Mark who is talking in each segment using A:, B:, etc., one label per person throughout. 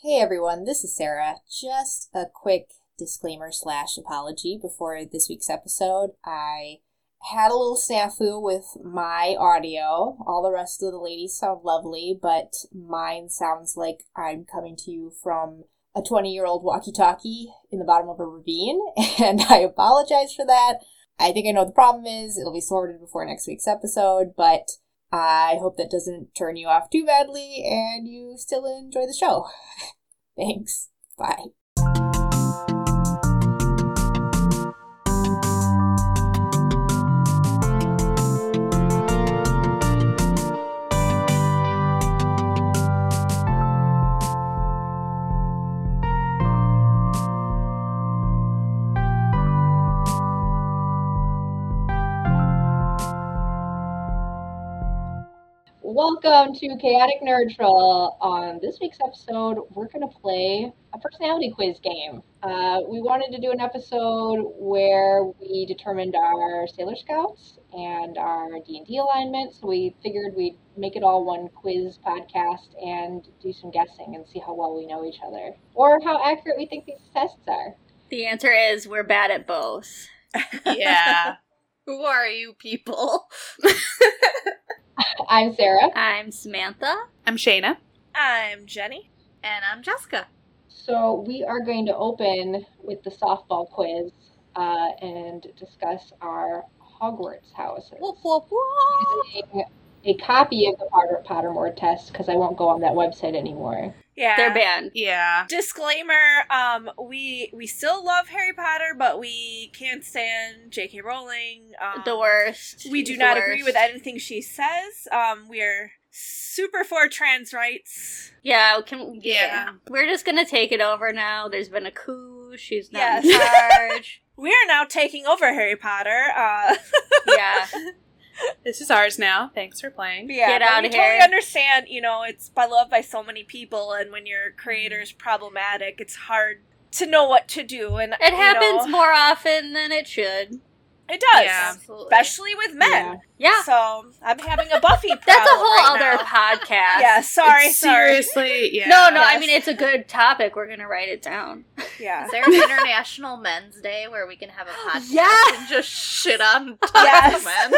A: Hey everyone, this is Sarah. Just a quick disclaimer slash apology before this week's episode. I had a little snafu with my audio. All the rest of the ladies sound lovely, but mine sounds like I'm coming to you from a 20 year old walkie talkie in the bottom of a ravine, and I apologize for that. I think I know what the problem is. It'll be sorted before next week's episode, but I hope that doesn't turn you off too badly and you still enjoy the show. Thanks. Bye. Welcome to Chaotic Neutral. On this week's episode, we're going to play a personality quiz game. Uh, we wanted to do an episode where we determined our Sailor Scouts and our D&D alignment, so we figured we'd make it all one quiz podcast and do some guessing and see how well we know each other, or how accurate we think these tests are.
B: The answer is we're bad at both.
C: yeah. Who are you people?
A: I'm Sarah.
B: I'm Samantha.
D: I'm Shayna.
C: I'm Jenny. And I'm Jessica.
A: So we are going to open with the softball quiz uh, and discuss our Hogwarts houses.
C: Woof, woof, woof.
A: Using a copy of the Potter- Pottermore test because I won't go on that website anymore.
C: Yeah.
B: They're banned.
D: Yeah.
C: Disclaimer, um, we we still love Harry Potter, but we can't stand J.K. Rowling. Um,
B: The worst.
C: We do
B: The
C: not
B: worst.
C: agree with anything she says. Um, we are super for trans rights.
B: Yeah, can, yeah.
C: Yeah.
B: We're just gonna take it over now. There's been a coup. She's not in
C: Yes.
B: charge.
C: We are now taking over Harry Potter. Uh,
B: yeah.
D: This is ours now. Thanks for playing.
C: yeah,
B: Get
C: but
B: outta
C: we
B: here.
C: totally understand. You know, it's beloved by so many people, and when your creator is problematic, it's hard to know what to do. And
B: It
C: you
B: happens
C: know,
B: more often than it should.
C: It does,
D: Yeah.
C: especially with men.
B: Yeah.
C: So I'm having a Buffy. Problem
B: That's a whole
C: right
B: other
C: now.
B: podcast.
C: Yeah, sorry,
D: It's
C: sorry.
D: Seriously, yeah.
B: No, no, I
C: Yes.
B: mean it's a good topic. We're gonna write it down.
C: Yeah.
E: Is there an International Men's Day where we can have a podcast
B: Yes!
E: and just shit on top
C: Yes.
E: men?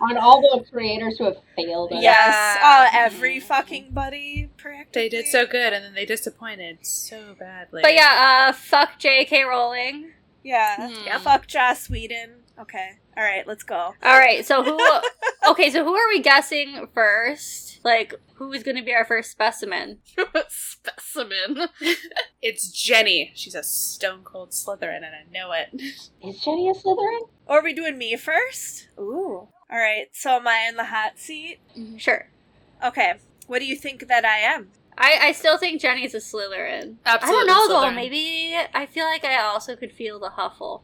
A: on all the creators who have failed us.
C: Yes. Uh,
E: Yeah.
C: every fucking buddy practically.
D: They did so good and then they disappointed so badly.
B: But yeah, uh, fuck J.K. Rowling.
C: Yeah.
E: Hmm.
C: yeah. Fuck Joss Whedon. Okay. All right. Let's go.
B: All right, so who? okay, so who are we guessing first? Like, who is gonna be our first specimen?
E: Specimen.
D: It's Jenny. She's a stone cold Slytherin and I know it.
A: Is Jenny a Slytherin?
C: Or are we doing me first? Ooh. All right. So am I in the hot seat?
E: Mm-hmm.
B: Sure.
C: Okay. What do you think that I am?
B: I, I still think Jenny's a Slytherin. I don't
E: Absolutely
B: know though.
E: Slytherin.
B: Maybe I feel like I also could feel the Huffle.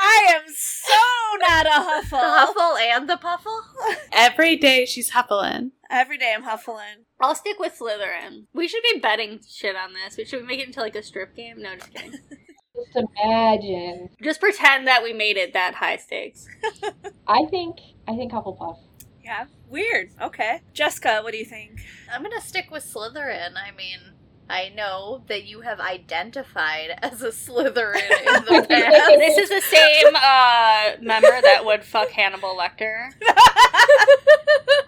C: I am so not a
E: The
C: huffle.
E: Huffle and the Puffle?
D: Every day she's huffling.
C: Every day I'm huffling.
B: I'll stick with Slytherin. We should be betting shit on this. We should make it into like a strip game. No, just kidding.
A: Just imagine.
B: just pretend that we made it that high stakes.
A: I think I think Hufflepuff.
C: Yeah. Weird. Okay. Jessica, what do you think?
E: I'm gonna stick with Slytherin. I mean, I know that you have identified as a Slytherin in the past.
B: this is the same uh, member that would fuck Hannibal Lecter.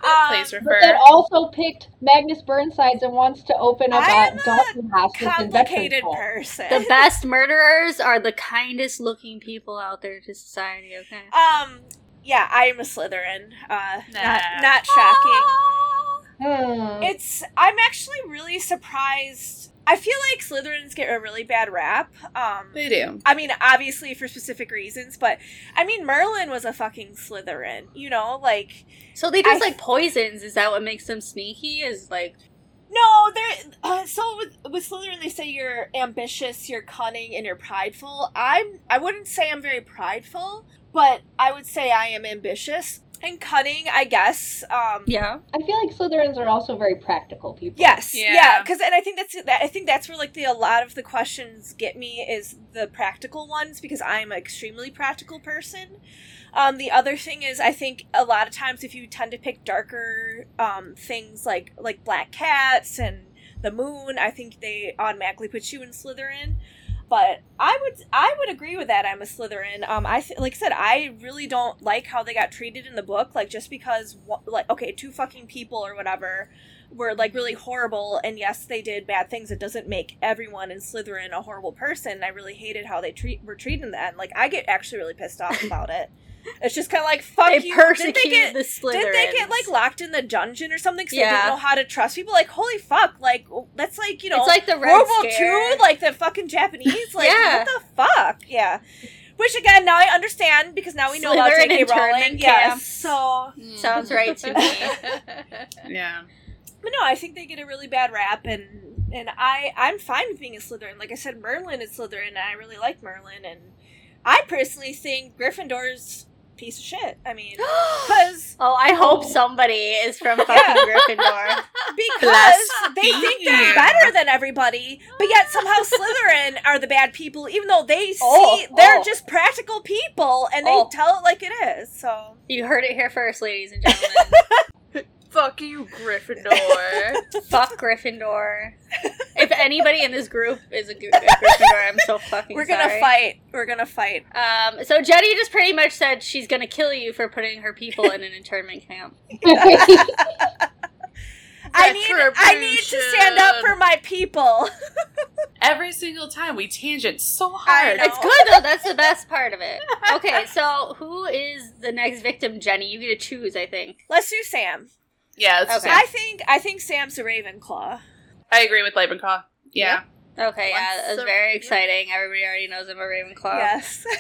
C: Um,
D: Please
A: But
D: refer.
A: then also picked Magnus Burnsides and wants to open up
C: I
A: a
C: am a
A: Dalton hospice and veterans
C: complicated
A: home.
C: person.
B: The best murderers are the kindest looking people out there to society. Okay.
C: Um, yeah, I am a Slytherin. Uh, not,
D: Nah.
C: not shocking.
A: Hmm.
C: It's, I'm actually really surprised. I feel like Slytherins get a really bad rap. Um,
D: They do.
C: I mean, obviously for specific reasons, but I mean, Merlin was a fucking Slytherin, you know? Like,
B: So they just
C: I-
B: like poisons. Is that what makes them sneaky? Is like
C: no, they're, uh, so with, with Slytherin, they say you're ambitious, you're cunning, and you're prideful. I'm, I wouldn't say I'm very prideful, but I would say I am ambitious and cunning, I guess. Um,
B: yeah.
A: I feel like Slytherins are also very practical people.
C: Yes,
D: Yeah.
C: yeah, because and I think that's that, I think that's where like the a lot of the questions get me is the practical ones because I'm an extremely practical person. Um, the other thing is, I think a lot of times if you tend to pick darker um, things like like black cats and the moon, I think they automatically put you in Slytherin. But I would I would agree with that. I'm a Slytherin. Um, I th- like I said, I really don't like how they got treated in the book. Like just because one, like okay, two fucking people or whatever were like really horrible, and yes, they did bad things. It doesn't make everyone in Slytherin a horrible person. I really hated how they treat were treating that. Like I get actually really pissed off about it. It's just kind of like fuck
B: They
C: you.
B: persecuted
C: Did they get
B: the Slytherins.
C: did they get like locked in the dungeon or something? Because they
B: Yeah.
C: didn't know how to trust people. Like holy fuck! Like that's like you know
B: it's like the red
C: World War
B: scare.
C: Two, like the fucking Japanese. Like
B: Yeah.
C: what the fuck? Yeah. Which again, now I understand because now we know about
B: Slytherin
C: J.K. Rowling.
B: internment
C: Yeah.
B: camps.
C: So,
E: Hmm.
B: Mm. Sounds right to
F: me.
D: Yeah.
C: but no, I think they get a really bad rap, and and I I'm fine with being a Slytherin. Like I said, Merlin is Slytherin, and I really like Merlin. And I personally think Gryffindor's a piece of shit. I mean, because
B: Oh, I hope somebody is from fucking Gryffindor.
C: because
D: Bless
C: they think
D: you.
C: they're better than everybody, but yet somehow Slytherin are the bad people, even though they see
B: Oh,
C: they're
B: oh.
C: just practical people and they
B: Oh.
C: tell it like it is. So
B: You heard it here first, ladies and gentlemen.
F: Fuck you, Gryffindor.
B: Fuck Gryffindor. If anybody in this group is a, Gry- a Gryffindor, I'm so fucking
C: we're gonna
B: sorry.
C: fight. We're gonna fight.
B: Um, so Jenny just pretty much said she's gonna kill you for putting her people in an internment camp.
C: I need I need to stand up for my people.
D: Every single time we tangent so
C: I
D: hard.
C: know.
B: It's good though. That's the best part of it. Okay, so who is the next victim, Jenny? You get to choose, I think.
C: Let's do Sam.
D: Yeah, it's
B: Okay.
D: I,
C: I think I think Sam's a Ravenclaw.
D: I agree with Leibenclaw. Yeah.
B: Okay, yeah,
F: Once
B: that was
F: the-
B: very exciting. Everybody already knows I'm a Ravenclaw.
C: Yes.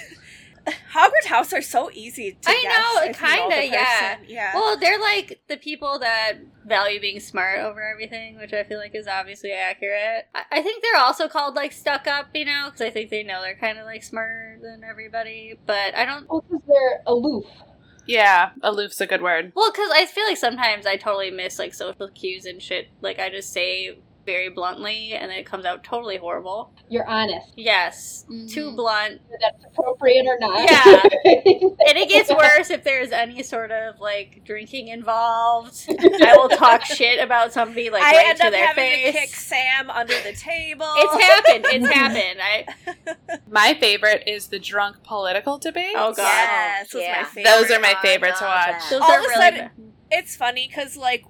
C: Hogwarts House are so easy to
B: I
C: guess
B: know,
C: if you the
B: kinda, yeah.
C: person. Yeah.
B: Well, they're like the people that value being smart over everything, which I feel like is obviously accurate. I, I think they're also called like stuck up, you know, because I think they know they're kind of like smarter than everybody. But I don't.
G: Well, because they're aloof.
D: Yeah. Aloof's a good word.
B: Well, because I feel like sometimes I totally miss like social cues and shit. Like I just say very bluntly, and then it comes out totally horrible.
G: You're honest,
B: Yes,
C: Mm-hmm.
B: too blunt.
G: whether that's appropriate or not.
B: Yeah. And it gets worse if there's any sort of like drinking involved. I will talk shit about somebody like
C: I
B: right
C: end
B: to
C: up
B: their
C: having
B: face.
C: to kick Sam under the table.
B: It's happened. It's happened. I
D: My favorite is the drunk political debate.
B: Oh, God.
C: Yes, was
F: Yeah.
C: my favorite.
D: Those are my favorite to watch.
B: those
C: All
B: are
C: of a
B: really
C: sudden-
B: bad.
C: It's funny because like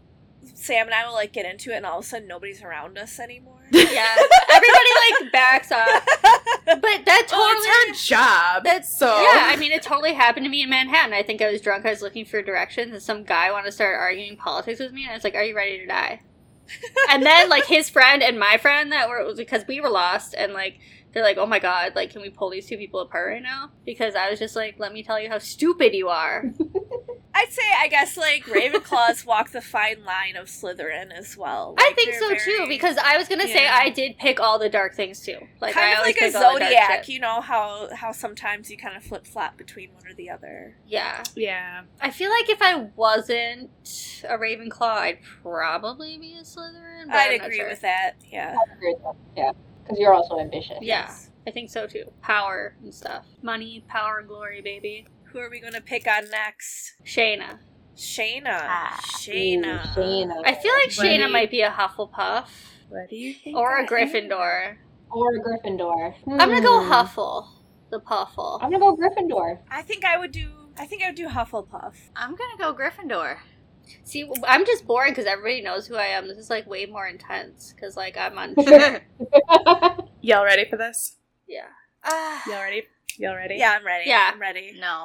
C: Sam and I will like get into it, and all of a sudden nobody's around us anymore.
B: yeah. Everybody like backs off, but
C: Oh,
B: that
D: Well,
B: totally.
D: it's her job.
B: that's
D: so.
B: Yeah, I mean, it totally happened to me in Manhattan. I think I was drunk. I was looking for directions, and some guy wanted to start arguing politics with me, and I was like, "Are you ready to die?" and then, like, his friend and my friend that were because we were lost, and like, they're like, "Oh my god, like, can we pull these two people apart right now?" Because I was just like, "Let me tell you how stupid you are."
C: I'd say, I guess, like Ravenclaws walk the fine line of Slytherin as well.
B: I
C: Like,
B: think so
C: they're
B: too,
C: very-
B: because I was gonna say
C: Yeah.
B: I did pick all the dark things too. Like,
C: kind
B: I
C: of
B: always
C: like a
B: pick all the dark
C: zodiac,
B: shit.
C: you know how how sometimes you kind of flip flop between one or the other.
B: Yeah.
D: Yeah.
B: I feel like if I wasn't a Ravenclaw, I'd probably be a Slytherin. But
C: I'd
B: am
C: agree with that. Yeah.
G: Yeah, because you're also ambitious.
B: Yeah, I think so too. Power and stuff, money, power, glory, baby.
C: Who are we gonna pick on next?
B: Shayna.
C: Shayna.
F: Ah.
C: Shayna.
G: Ooh, Shayna.
B: I feel like
D: Money.
B: Shayna might be a Hufflepuff
D: What do you think?
B: or a
D: I
B: Gryffindor.
G: or Gryffindor.
B: I'm gonna go
G: Hmm.
B: Huffle, the Puffle.
G: I'm gonna go Gryffindor.
C: I think I would do. I think I would do Hufflepuff.
F: I'm gonna go Gryffindor.
B: See, I'm just boring because everybody knows who I am. This is like way more intense because like I'm on.
D: am? Y'all ready for this?
B: yeah.
D: Y'all ready? Y'all ready?
C: Yeah, I'm ready.
B: Ah. Yeah.
C: I'm ready.
F: no.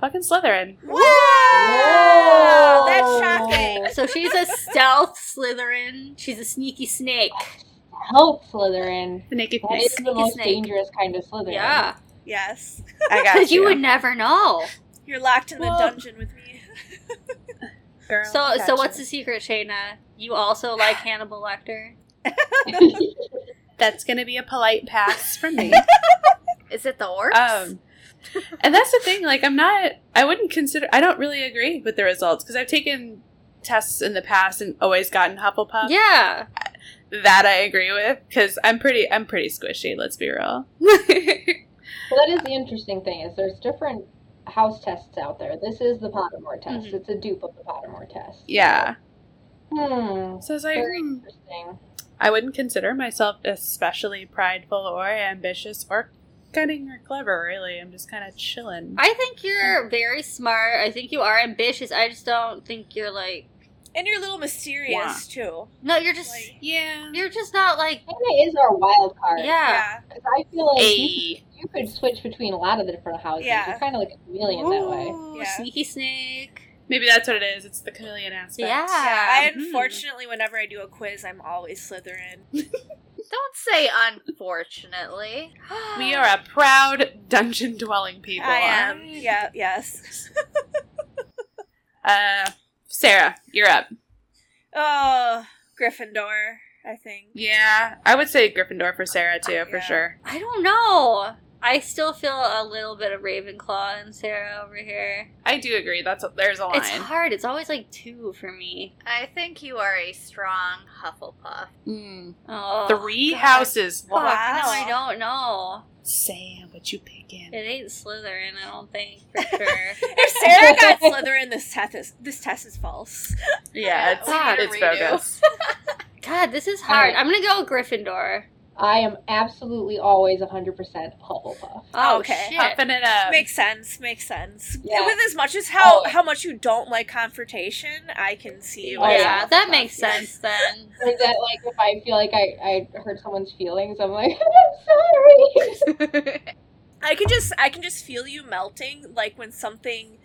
D: Fucking Slytherin.
C: Whoa! Whoa! That's shocking.
B: So she's a stealth Slytherin. She's a sneaky snake.
G: Help Slytherin.
D: The naked
G: That is the
B: Snake,
G: most
B: snake.
G: dangerous kind of Slytherin.
B: Yeah,
C: Yes.
D: I got
B: because you would never know.
C: You're locked in the
D: Whoa.
C: dungeon with me.
D: Girl,
B: So,
D: gotcha.
B: so what's the secret, Shayna? You also like Hannibal Lecter?
D: That's gonna be a polite pass from me.
F: Is it the orcs?
D: Um, and that's the thing. Like, I'm not. I wouldn't consider. I don't really agree with the results because I've taken tests in the past and always gotten
B: Um,
D: Hufflepuff.
B: Yeah.
D: That I agree with because I'm pretty. I'm
B: um,
D: pretty squishy. Let's be real.
G: So that is the interesting thing is there's different
A: house tests out there. This is the Pottermore test.
B: Mm-hmm.
A: It's a dupe of the Pottermore test.
D: Yeah.
A: Hmm.
D: So I was like,
A: Very
D: hmm,
A: interesting.
D: I wouldn't consider myself especially prideful or ambitious or cunning or clever, really. I'm just kind of chilling.
B: I think you're very smart. I think you are ambitious. I just don't think you're like
C: And you're a little mysterious too.
B: no. You're just
C: Like-
D: yeah.
B: you're just not like
A: Hannah is our wild card.
B: yeah.
A: Because I feel like you,
F: Hey.
A: you could switch between a lot of the different houses.
C: Yeah.
A: You're kind of like a chameleon that way.
B: Ooh,
C: Yeah.
B: Sneaky snake.
D: Maybe that's what it is. It's the chameleon aspect.
B: Yeah.
C: Yeah, I
B: Mhm.
C: unfortunately, whenever I do a quiz, I'm always Slytherin.
F: Don't say unfortunately.
D: We are a proud dungeon dwelling people.
C: I am. Yeah. Yes.
D: Uh, Sarah, you're up.
C: Oh, Gryffindor. I think.
D: Yeah, I would say Gryffindor for Sarah too, for
C: Yeah.
D: sure.
B: I don't know. I still feel a little bit of Ravenclaw and Sarah over here.
D: I do agree. That's a, there's a line.
B: It's hard. It's always like two for me.
F: I think you are a strong Hufflepuff.
D: Mm.
B: Oh,
D: Three
B: God.
D: houses.
B: Fuck,
D: Wow.
B: No, I don't know.
D: Sam, what you picking?
B: It ain't Slytherin. I don't think for sure.
C: If Sarah got Slytherin, this test is this test is false.
D: Yeah, it's,
F: God,
D: it's
F: redo.
D: bogus.
B: God, this is hard. I'm gonna go Gryffindor.
A: I am absolutely always 100% Hufflepuff.
B: Oh
C: Okay.
B: shit.
D: Puffing it up.
C: Makes sense. Makes sense.
A: Yeah.
C: With as much as how
A: Oh.
C: how much you don't like confrontation, I can see.
A: Oh,
C: why
B: yeah,
A: yeah.
B: that makes sense then.
A: Or is that like if I feel like I, I hurt someone's feelings, I'm like, I'm sorry.
C: I can just I can just feel you melting like when something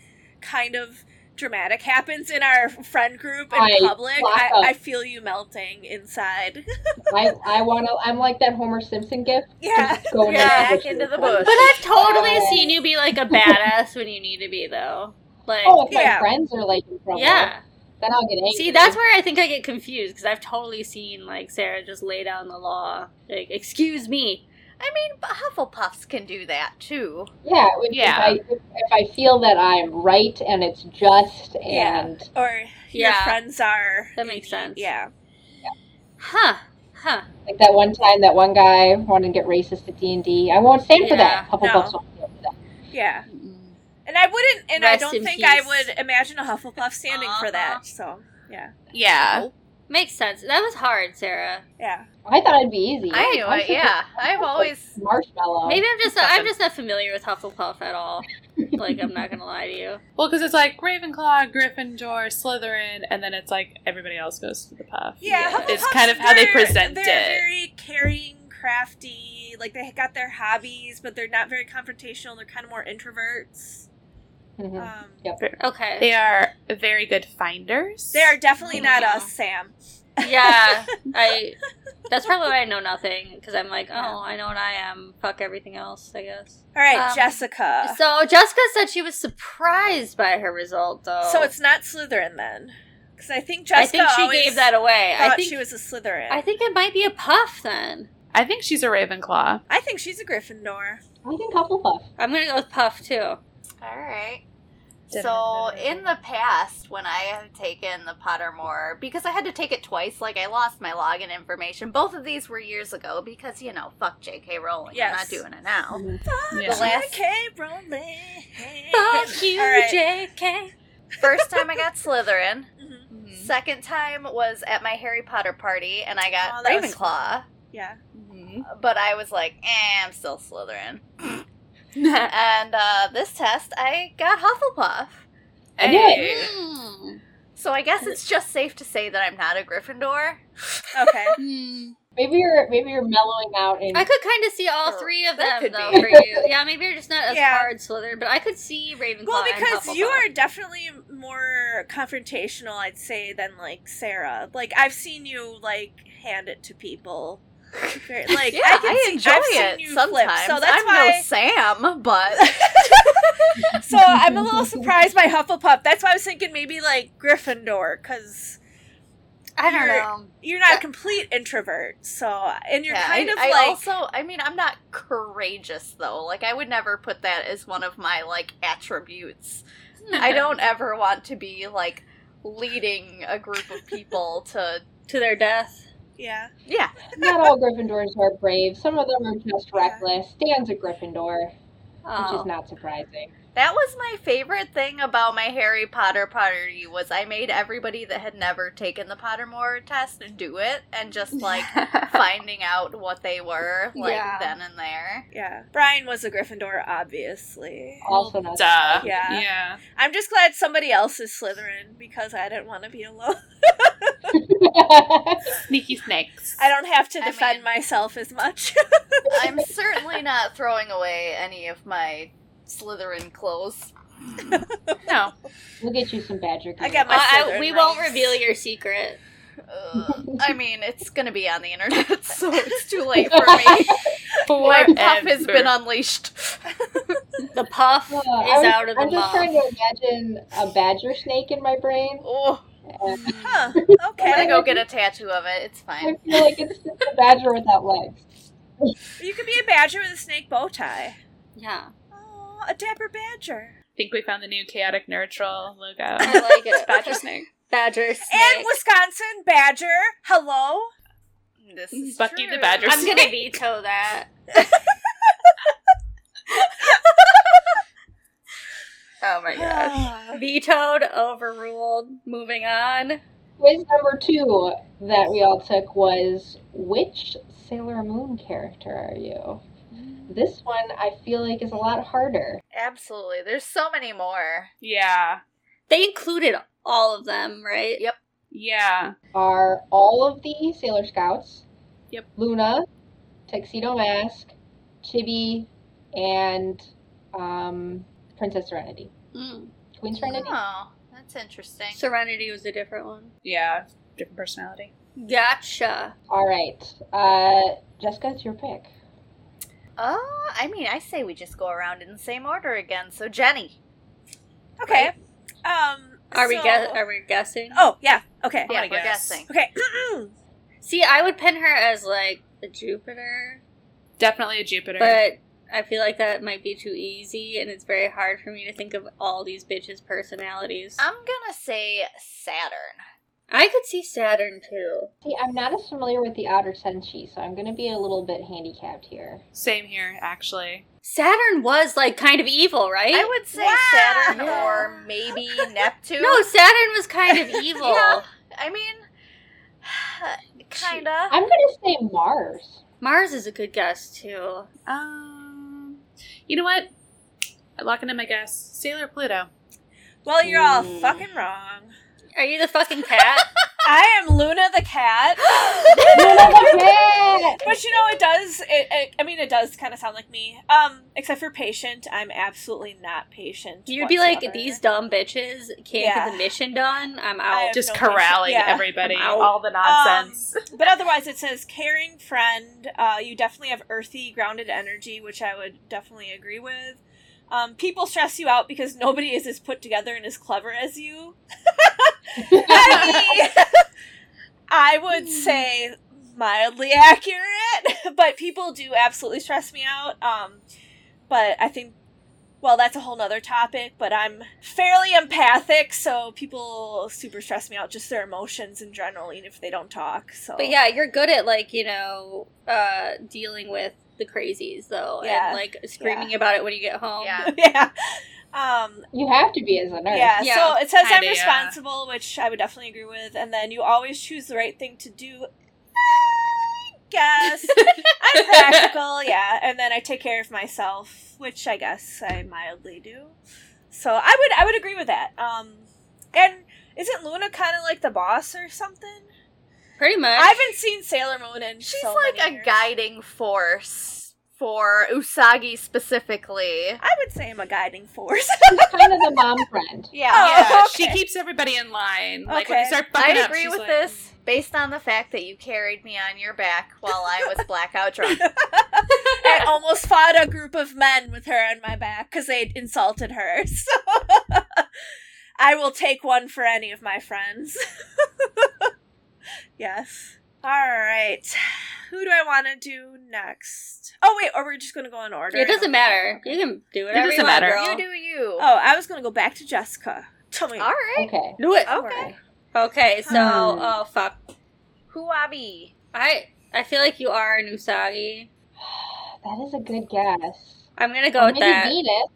C: kind of dramatic happens in our friend group in
A: I
C: public.
A: black
C: I,
A: out.
C: I feel you melting inside.
A: I, I want to, I'm like that Homer Simpson gif.
C: yeah.
A: Just going
F: Back
A: like this.
F: into the
B: But
F: bush.
B: I've totally seen you be like a badass when you need to be though. Like,
A: Oh, if my
C: Yeah.
A: friends are like in trouble,
B: yeah.
A: then I'll get angry.
B: See, that's where I think I get confused because I've totally seen like Sarah just lay down the law. Like, excuse me.
F: I mean, but Hufflepuffs can do that too.
A: Yeah, if,
D: Yeah.
A: If I, if, if I feel that I'm right and it's just
C: Yeah.
A: and
C: Or your
B: Yeah.
C: friends are
B: That makes sense.
C: Yeah.
B: Huh. Huh.
A: like that one time that one guy wanted to get racist at D and D. I won't stand for
B: Yeah,
A: that. Hufflepuffs won't stand for that.
C: Yeah.
D: Mm.
C: And I wouldn't and
B: Rest
C: I
B: in
C: don't think I
B: peace.
C: would imagine a Hufflepuff standing for that. So yeah.
D: Yeah.
B: Makes sense. That was hard, Sarah.
C: Yeah.
A: I thought it'd be easy.
F: I knew
A: I'm
F: it.
A: such a
F: Yeah, I've always.
A: marshmallow.
B: Maybe I'm just I'm just not familiar with Hufflepuff at all. Like, I'm not gonna lie to you.
D: Well, because it's like Ravenclaw, Gryffindor, Slytherin, and then it's like everybody else goes to the puff.
C: Yeah, Hufflepuffs,
D: It's kind of how they
C: they're-
D: present
C: they're
D: it.
C: very caring, crafty. Like they got their hobbies, but they're not very confrontational. They're kind of more introverts.
A: Mhm.
C: Um,
B: Okay.
D: They are very good finders.
C: They are definitely not
B: Yeah.
C: us, Sam.
B: Yeah, I. That's probably why I know nothing because I'm like, oh, I know what I am. Fuck everything else, I guess.
C: All right,
B: Um,
C: Jessica. So,
B: So Jessica said she was surprised by her result, though.
C: it's not Slytherin then, because I think
B: I
C: Jessica.
B: think she
C: always
B: gave that away.
C: Thought
B: I think
C: she was a Slytherin.
B: I think it might be a puff then.
D: I think she's a Ravenclaw.
C: I think she's a Gryffindor.
A: I think Hufflepuff.
B: I'm gonna go with puff too.
F: All right. So in the past, when I have taken the Pottermore, because I had to take it twice, like I lost my login information. Both of these were years ago because you know, fuck J.K. Rowling. I'm
C: Yes.
F: not doing it now.
D: Yeah.
F: The last-
C: J.K. Rowling.
B: Fuck you,
C: All right.
B: JK.
F: First time I got Slytherin.
C: Mhm.
F: Second time was at my Harry Potter party, and I got
C: Oh, that was
F: Ravenclaw.
C: Yeah.
F: But I was like, eh, I'm still Slytherin. and uh, this test, I got Hufflepuff.
D: Hey.
B: Hmm.
F: So I guess it's just safe to say that I'm not a Gryffindor.
C: Okay.
B: Hmm.
A: Maybe you're maybe you're mellowing out and
B: I could kind of see all
F: Or-
B: three of
F: that
B: them
F: could
B: though
F: be.
B: for you. Yeah, maybe you're just not as
C: Yeah.
B: hard Slytherin, but I could see Ravenclaw.
C: Well,
B: and
C: because you
B: Hufflepuff.
C: are definitely more confrontational, I'd say, than like Sarah. Like I've seen you like hand it to people. Very- Like
F: yeah,
C: I,
F: I,
C: can see,
F: enjoy
C: I've seen
F: it
C: you flip,
F: sometimes.
C: so that's
F: I'm no
C: why.
F: Sam, but
C: so I'm a little surprised by Hufflepuff. That's why I was thinking maybe like Gryffindor, because
B: I don't
C: you're-
B: know.
C: you're not a complete introvert. So and you're
F: Yeah,
C: kind
F: I,
C: of
F: I
C: like
F: also, I mean, I'm not courageous though. Like, I would never put that as one of my like attributes. I don't ever want to be like leading a group of people to.
B: to their death.
C: yeah.
F: Yeah,
A: not all Gryffindors are brave. Some of them are just
C: Yeah.
A: reckless. Dan's a Gryffindor. which
F: Oh.
A: is not surprising.
F: That was my favorite thing about my Harry Potter pottery was I made everybody that had never taken the Pottermore test do it and just like finding out what they were like
B: Yeah.
F: then and there.
C: Yeah. Brian was a Gryffindor, obviously.
A: Also not
D: Duh.
A: surprising.
C: Yeah.
D: Yeah.
C: I'm just glad somebody else is Slytherin because I didn't want to be alone.
D: Sneaky snakes.
C: I don't have to
F: I
C: defend
F: mean-
C: myself as much.
F: I'm certainly not throwing away any of my Slytherin clothes.
D: know.
A: we'll get you some badger.
C: I got my-
B: I- I-
C: Slytherin
B: we won't
C: ranks.
B: reveal your secret.
F: Uh, I mean, it's gonna be on the internet, so it's too late for me. my puff has been unleashed.
B: The puff
A: Uh,
B: is
A: I was-
B: out of the
A: I'm just
B: muff.
A: trying to imagine a badger snake in my brain.
F: oh,
A: and
C: huh.
F: I'm
C: Okay.
F: gonna go get a tattoo of it. It's
A: I
F: fine.
A: feel like it's just a badger without legs.
C: You could be a badger with a snake bow tie.
B: Yeah,
C: Oh, a dapper badger.
D: think we found the new chaotic neutral logo.
B: I like it.
D: Badger snake.
B: Badger
C: And
B: snake.
C: Wisconsin badger. Hello.
F: Oh This is
D: Bucky the
F: true.
D: Badger.
B: I'm gonna veto that.
F: Oh my gosh.
B: Vetoed, overruled. Moving on.
A: Quiz number two that we all took was which Sailor Moon character are you? This one I feel like is a lot harder.
F: Absolutely. There's so many more.
D: Yeah.
B: They included all of them, right?
F: Yep.
D: Yeah.
A: Are all of the Sailor Scouts?
D: Yep.
A: Luna, Tuxedo Mask, Chibi, and um, Princess Serenity.
B: Mm.
A: Queen Serenity.
F: Oh, that's interesting.
B: Serenity was a different one.
D: Yeah. Different personality.
B: Gotcha.
A: All right, uh, Jessica, it's your pick.
F: Oh, I mean, I say we just go around in the same order again. So Jenny.
C: Okay. Um.
B: Are we
C: so-
B: guess? Are we guessing?
C: Oh yeah. Okay.
F: Yeah,
D: wanna
F: we're
D: guess.
F: guessing.
C: Okay.
B: See, I would pin her as like a Jupiter,
D: Definitely a Jupiter.
B: but I feel like that might be too easy, and it's very hard for me to think of all these bitches' personalities.
F: I'm gonna say Saturn.
B: I could see Saturn too.
A: See, I'm not as familiar with the outer senshi, so I'm going to be a little bit handicapped here.
D: Same here, actually.
B: Saturn was like kind of evil, right?
F: I would say
C: Wow.
F: Saturn
B: Yeah.
F: or maybe Neptune.
B: no, Saturn was kind of evil.
F: Yeah. I mean, kinda.
A: I'm going to say Mars.
B: Mars is a good guess too.
D: Um, you know what? I'm locking in my guess. Sailor Pluto.
C: well, you're all
B: Mm.
C: fucking wrong.
B: Are you the fucking cat?
C: I am Luna the cat.
A: Cat!
C: But you know, it does. It, it, I mean, it does kind of sound like me. Um, except for patient, I'm absolutely not patient.
B: You'd be like,
C: whatsoever.
B: these dumb bitches can't
C: Yeah.
B: get the mission done. I'm
C: I-
B: out.
D: Just
C: no
D: corralling
C: patience. Yeah.
D: everybody,
B: I'm out.
D: all the nonsense.
F: Um,
C: But otherwise, it says caring friend. Uh, you definitely have earthy, grounded energy, which I would definitely agree with. Um, people stress you out because nobody is as put together and as clever as you. I mean, I would
B: Hmm.
C: say mildly accurate, but people do absolutely stress me out. Um, but I think, well, that's a whole nother topic, but I'm fairly empathic, so people super stress me out, just their emotions in general, even if they don't talk. So,
B: But yeah, you're good at like, you know, uh dealing with the crazies though.
C: Yeah.
B: And like screaming about it when you get home.
F: Yeah.
C: yeah. Um,
A: You have to be as a nurse.
C: yeah,
B: Yeah,
C: so it says
D: kinda,
C: I'm
D: yeah.
C: responsible, which I would definitely agree with, and then you always choose the right thing to do. I guess I'm practical, yeah, and then I take care of myself, which I guess I mildly do. So I would I would agree with that. Um, and isn't Luna kind of like the boss or something?
B: Pretty much.
C: I haven't seen Sailor Moon in
F: She's
C: so
F: like
C: many
F: a
C: years.
F: guiding force for Usagi specifically.
C: I would say I'm a guiding force.
A: She's kind of the mom friend.
F: Yeah.
D: yeah,
C: okay.
D: she keeps everybody in line. Like when
C: Okay.
D: they start
F: oh, I
D: fucking up,
F: agree
D: she's
F: with
D: like-
F: this based on the fact that you carried me on your back while I was blackout drunk.
C: I almost fought a group of men with her on my back because they insulted her. So I will take one for any of my friends. yes. All right. Who do I want to do next? Oh wait, or we're just gonna go in order.
B: it doesn't matter. You can do whatever
D: doesn't
B: you want,
D: matter.
B: girl.
F: You do you.
C: Oh, I was gonna go back to Jessica. Tell me.
F: All right.
A: Okay.
B: do it.
F: Okay.
B: Okay, so
A: Hmm.
B: oh fuck.
F: Huabi.
B: I I feel like you are an Usagi.
A: That is a good guess.
B: I'm gonna go
A: Or
B: with
A: maybe
B: that.
A: Venus.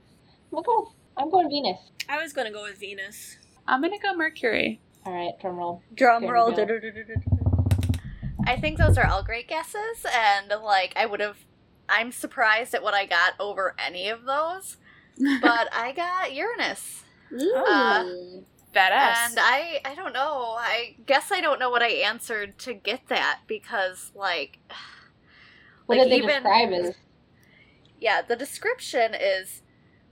A: I'm going, I'm going Venus.
C: I was gonna go with Venus.
D: I'm gonna go Mercury.
A: All right, drum roll.
B: Drum
A: There we
B: roll.
A: go.
B: du-du-du-du-du-du.
F: I think those are all great guesses, and like I would have, I'm surprised at what I got over any of those, but I got Uranus, Uh,
A: Mm.
D: Badass.
F: and uh, I I don't know. I guess I don't know what I answered to get that because like,
A: what
F: like
A: did they
F: even-
A: describe as?
F: Yeah, the description is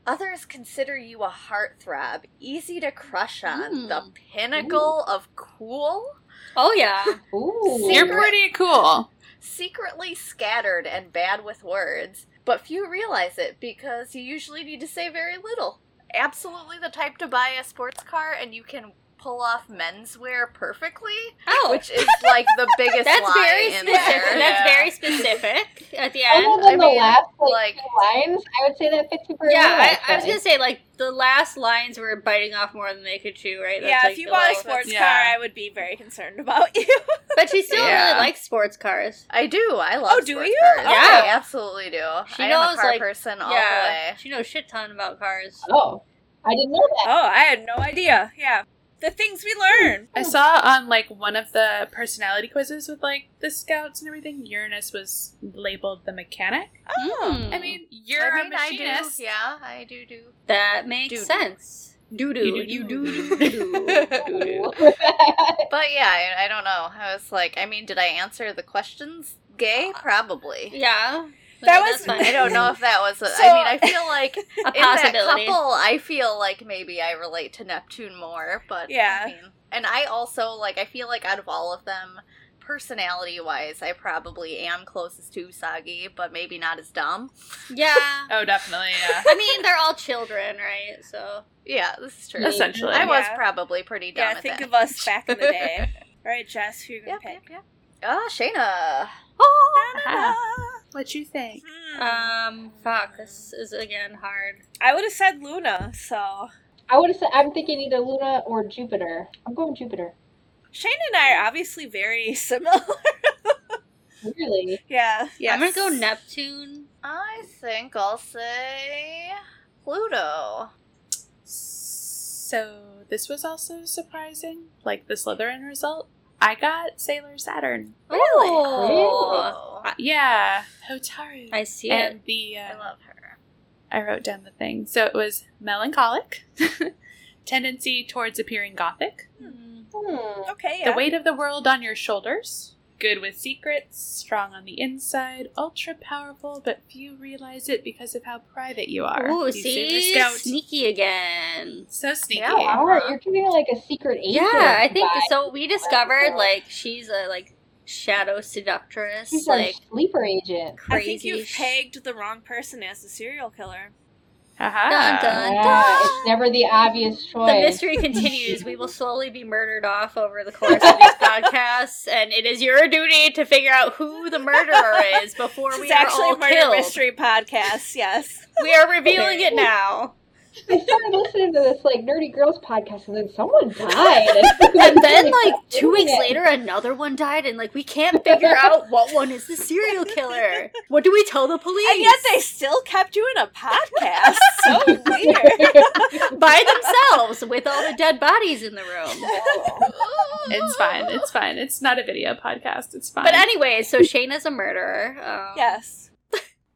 F: others consider you a heartthrob, easy to crush on, the pinnacle of cool,
B: Oh yeah.
A: Ooh.
D: You're pretty cool.
F: secretly scattered and bad with words, but few realize it because you usually need to say very little. Absolutely the type to buy a sports car and you can pull off menswear perfectly,
B: Oh,
F: which is like the biggest
B: that's
F: lie
B: very
F: in
B: specific.
F: there.
B: That's
D: Yeah.
B: very specific. At the end.
A: Other than the
F: I mean,
A: last like,
F: like-
A: two lines, I would say that fits you pretty well.
B: Yeah, I, I was
A: actually.
B: gonna say like the last lines were biting off more than they could chew, right? That's,
C: yeah,
B: like,
C: if you
B: the
C: bought a
B: whole-
C: sports
D: Yeah.
C: car, I would be very concerned about you.
B: but she still
D: Yeah.
B: really likes sports cars.
F: I do. I love
C: Oh, do
F: sports
C: you?
F: cars.
B: Oh.
F: I absolutely do.
B: She
F: I am
B: knows,
F: a car
B: like-
F: person all
B: yeah,
F: the way.
B: she knows shit ton about cars.
A: Oh, I didn't know that.
C: Oh, I had no idea. Yeah. The things we learn.
D: I saw on like one of the personality quizzes with like the scouts and everything, Uranus was labeled the mechanic.
B: Mm.
D: I
F: Hmm.
D: mean, you're
F: I
D: a
F: mean, I do.
D: machinist.
F: Yeah, I do do.
B: that makes
F: Doo-doo.
B: sense. Doo doo, you doo doo.
D: do.
F: But yeah, I, I don't know. I was like, I mean, did I answer the questions? Gay,
B: Uh,
F: probably.
B: Yeah,
C: That
B: No,
C: was-
B: that's fine.
F: I don't know if that was. A,
C: So-
F: I mean, I feel like in
B: a
F: that
B: possibility.
F: couple, I feel like maybe I relate to Neptune more. But
C: Yeah.
F: I mean, and I also like. I feel like out of all of them, personality wise, I probably am closest to Usagi, but maybe not as dumb.
B: Yeah,
D: Oh, definitely. Yeah.
B: I mean they're all children, right? So
F: Yeah, this is true.
D: Essentially.
F: I was
C: Yeah.
F: probably pretty dumb.
C: yeah,
F: at
C: think
F: that.
C: of us back in the day. All right, Jess, who you gonna
F: Yep,
C: pick?
F: yep, yep. Ah, Shayna.
D: what you think?
C: Hmm.
B: um, fuck, this is again hard.
C: I would have said Luna, so
A: I would have said I'm thinking either Luna or Jupiter. I'm going Jupiter.
C: Shane and I are obviously very similar.
A: Really?
C: yeah.
D: Yes.
B: I'm gonna go Neptune.
F: I think I'll say Pluto.
D: So this was also surprising, like the Slytherin result. I got Sailor Saturn.
F: Really?
B: Oh,
F: Oh,
D: Uh, yeah, Hotaru.
B: I see it.
D: and the
F: I
D: uh,
F: love her.
D: I wrote down the thing. So it was melancholic, tendency towards appearing gothic,
B: Mm.
A: Hmm.
C: Okay. Yeah.
D: the weight of the world on your shoulders, good with secrets, strong on the inside, ultra powerful, but few realize it because of how private you are.
B: Ooh,
D: You
B: see,
D: Sailor Scout.
B: sneaky again.
D: so sneaky.
F: Yeah,
A: All right, you're giving it like a secret agent.
B: Oh, Yeah, I think
A: vibe.
B: so. We discovered like she's a like shadow seductress,
A: She's
B: like
A: a sleeper agent.
C: I
B: crazy.
C: think you
B: sh-
C: pegged the wrong person as the serial killer.
D: Haha.
B: Dun, dun.
A: Yeah, it's never the obvious choice.
B: the mystery continues. We will slowly be murdered off over the course of these podcasts, and it is your duty to figure out who the murderer is before
C: This
B: we
C: is
B: are
C: actually
B: all
C: a murder
B: killed.
C: mystery podcast, yes.
B: We are revealing it now,
A: I started listening to this like nerdy girls podcast, and then someone died.
B: and then like two weeks later, another one died, and like we can't figure out what one is the serial killer. What do we tell the police?
C: And yet they still kept you in a podcast. so weird.
B: by themselves with all the dead bodies in the room.
D: It's fine. It's fine. It's not a video podcast. It's fine.
B: But anyway, so Shayna's a murderer. Um,
C: Yes.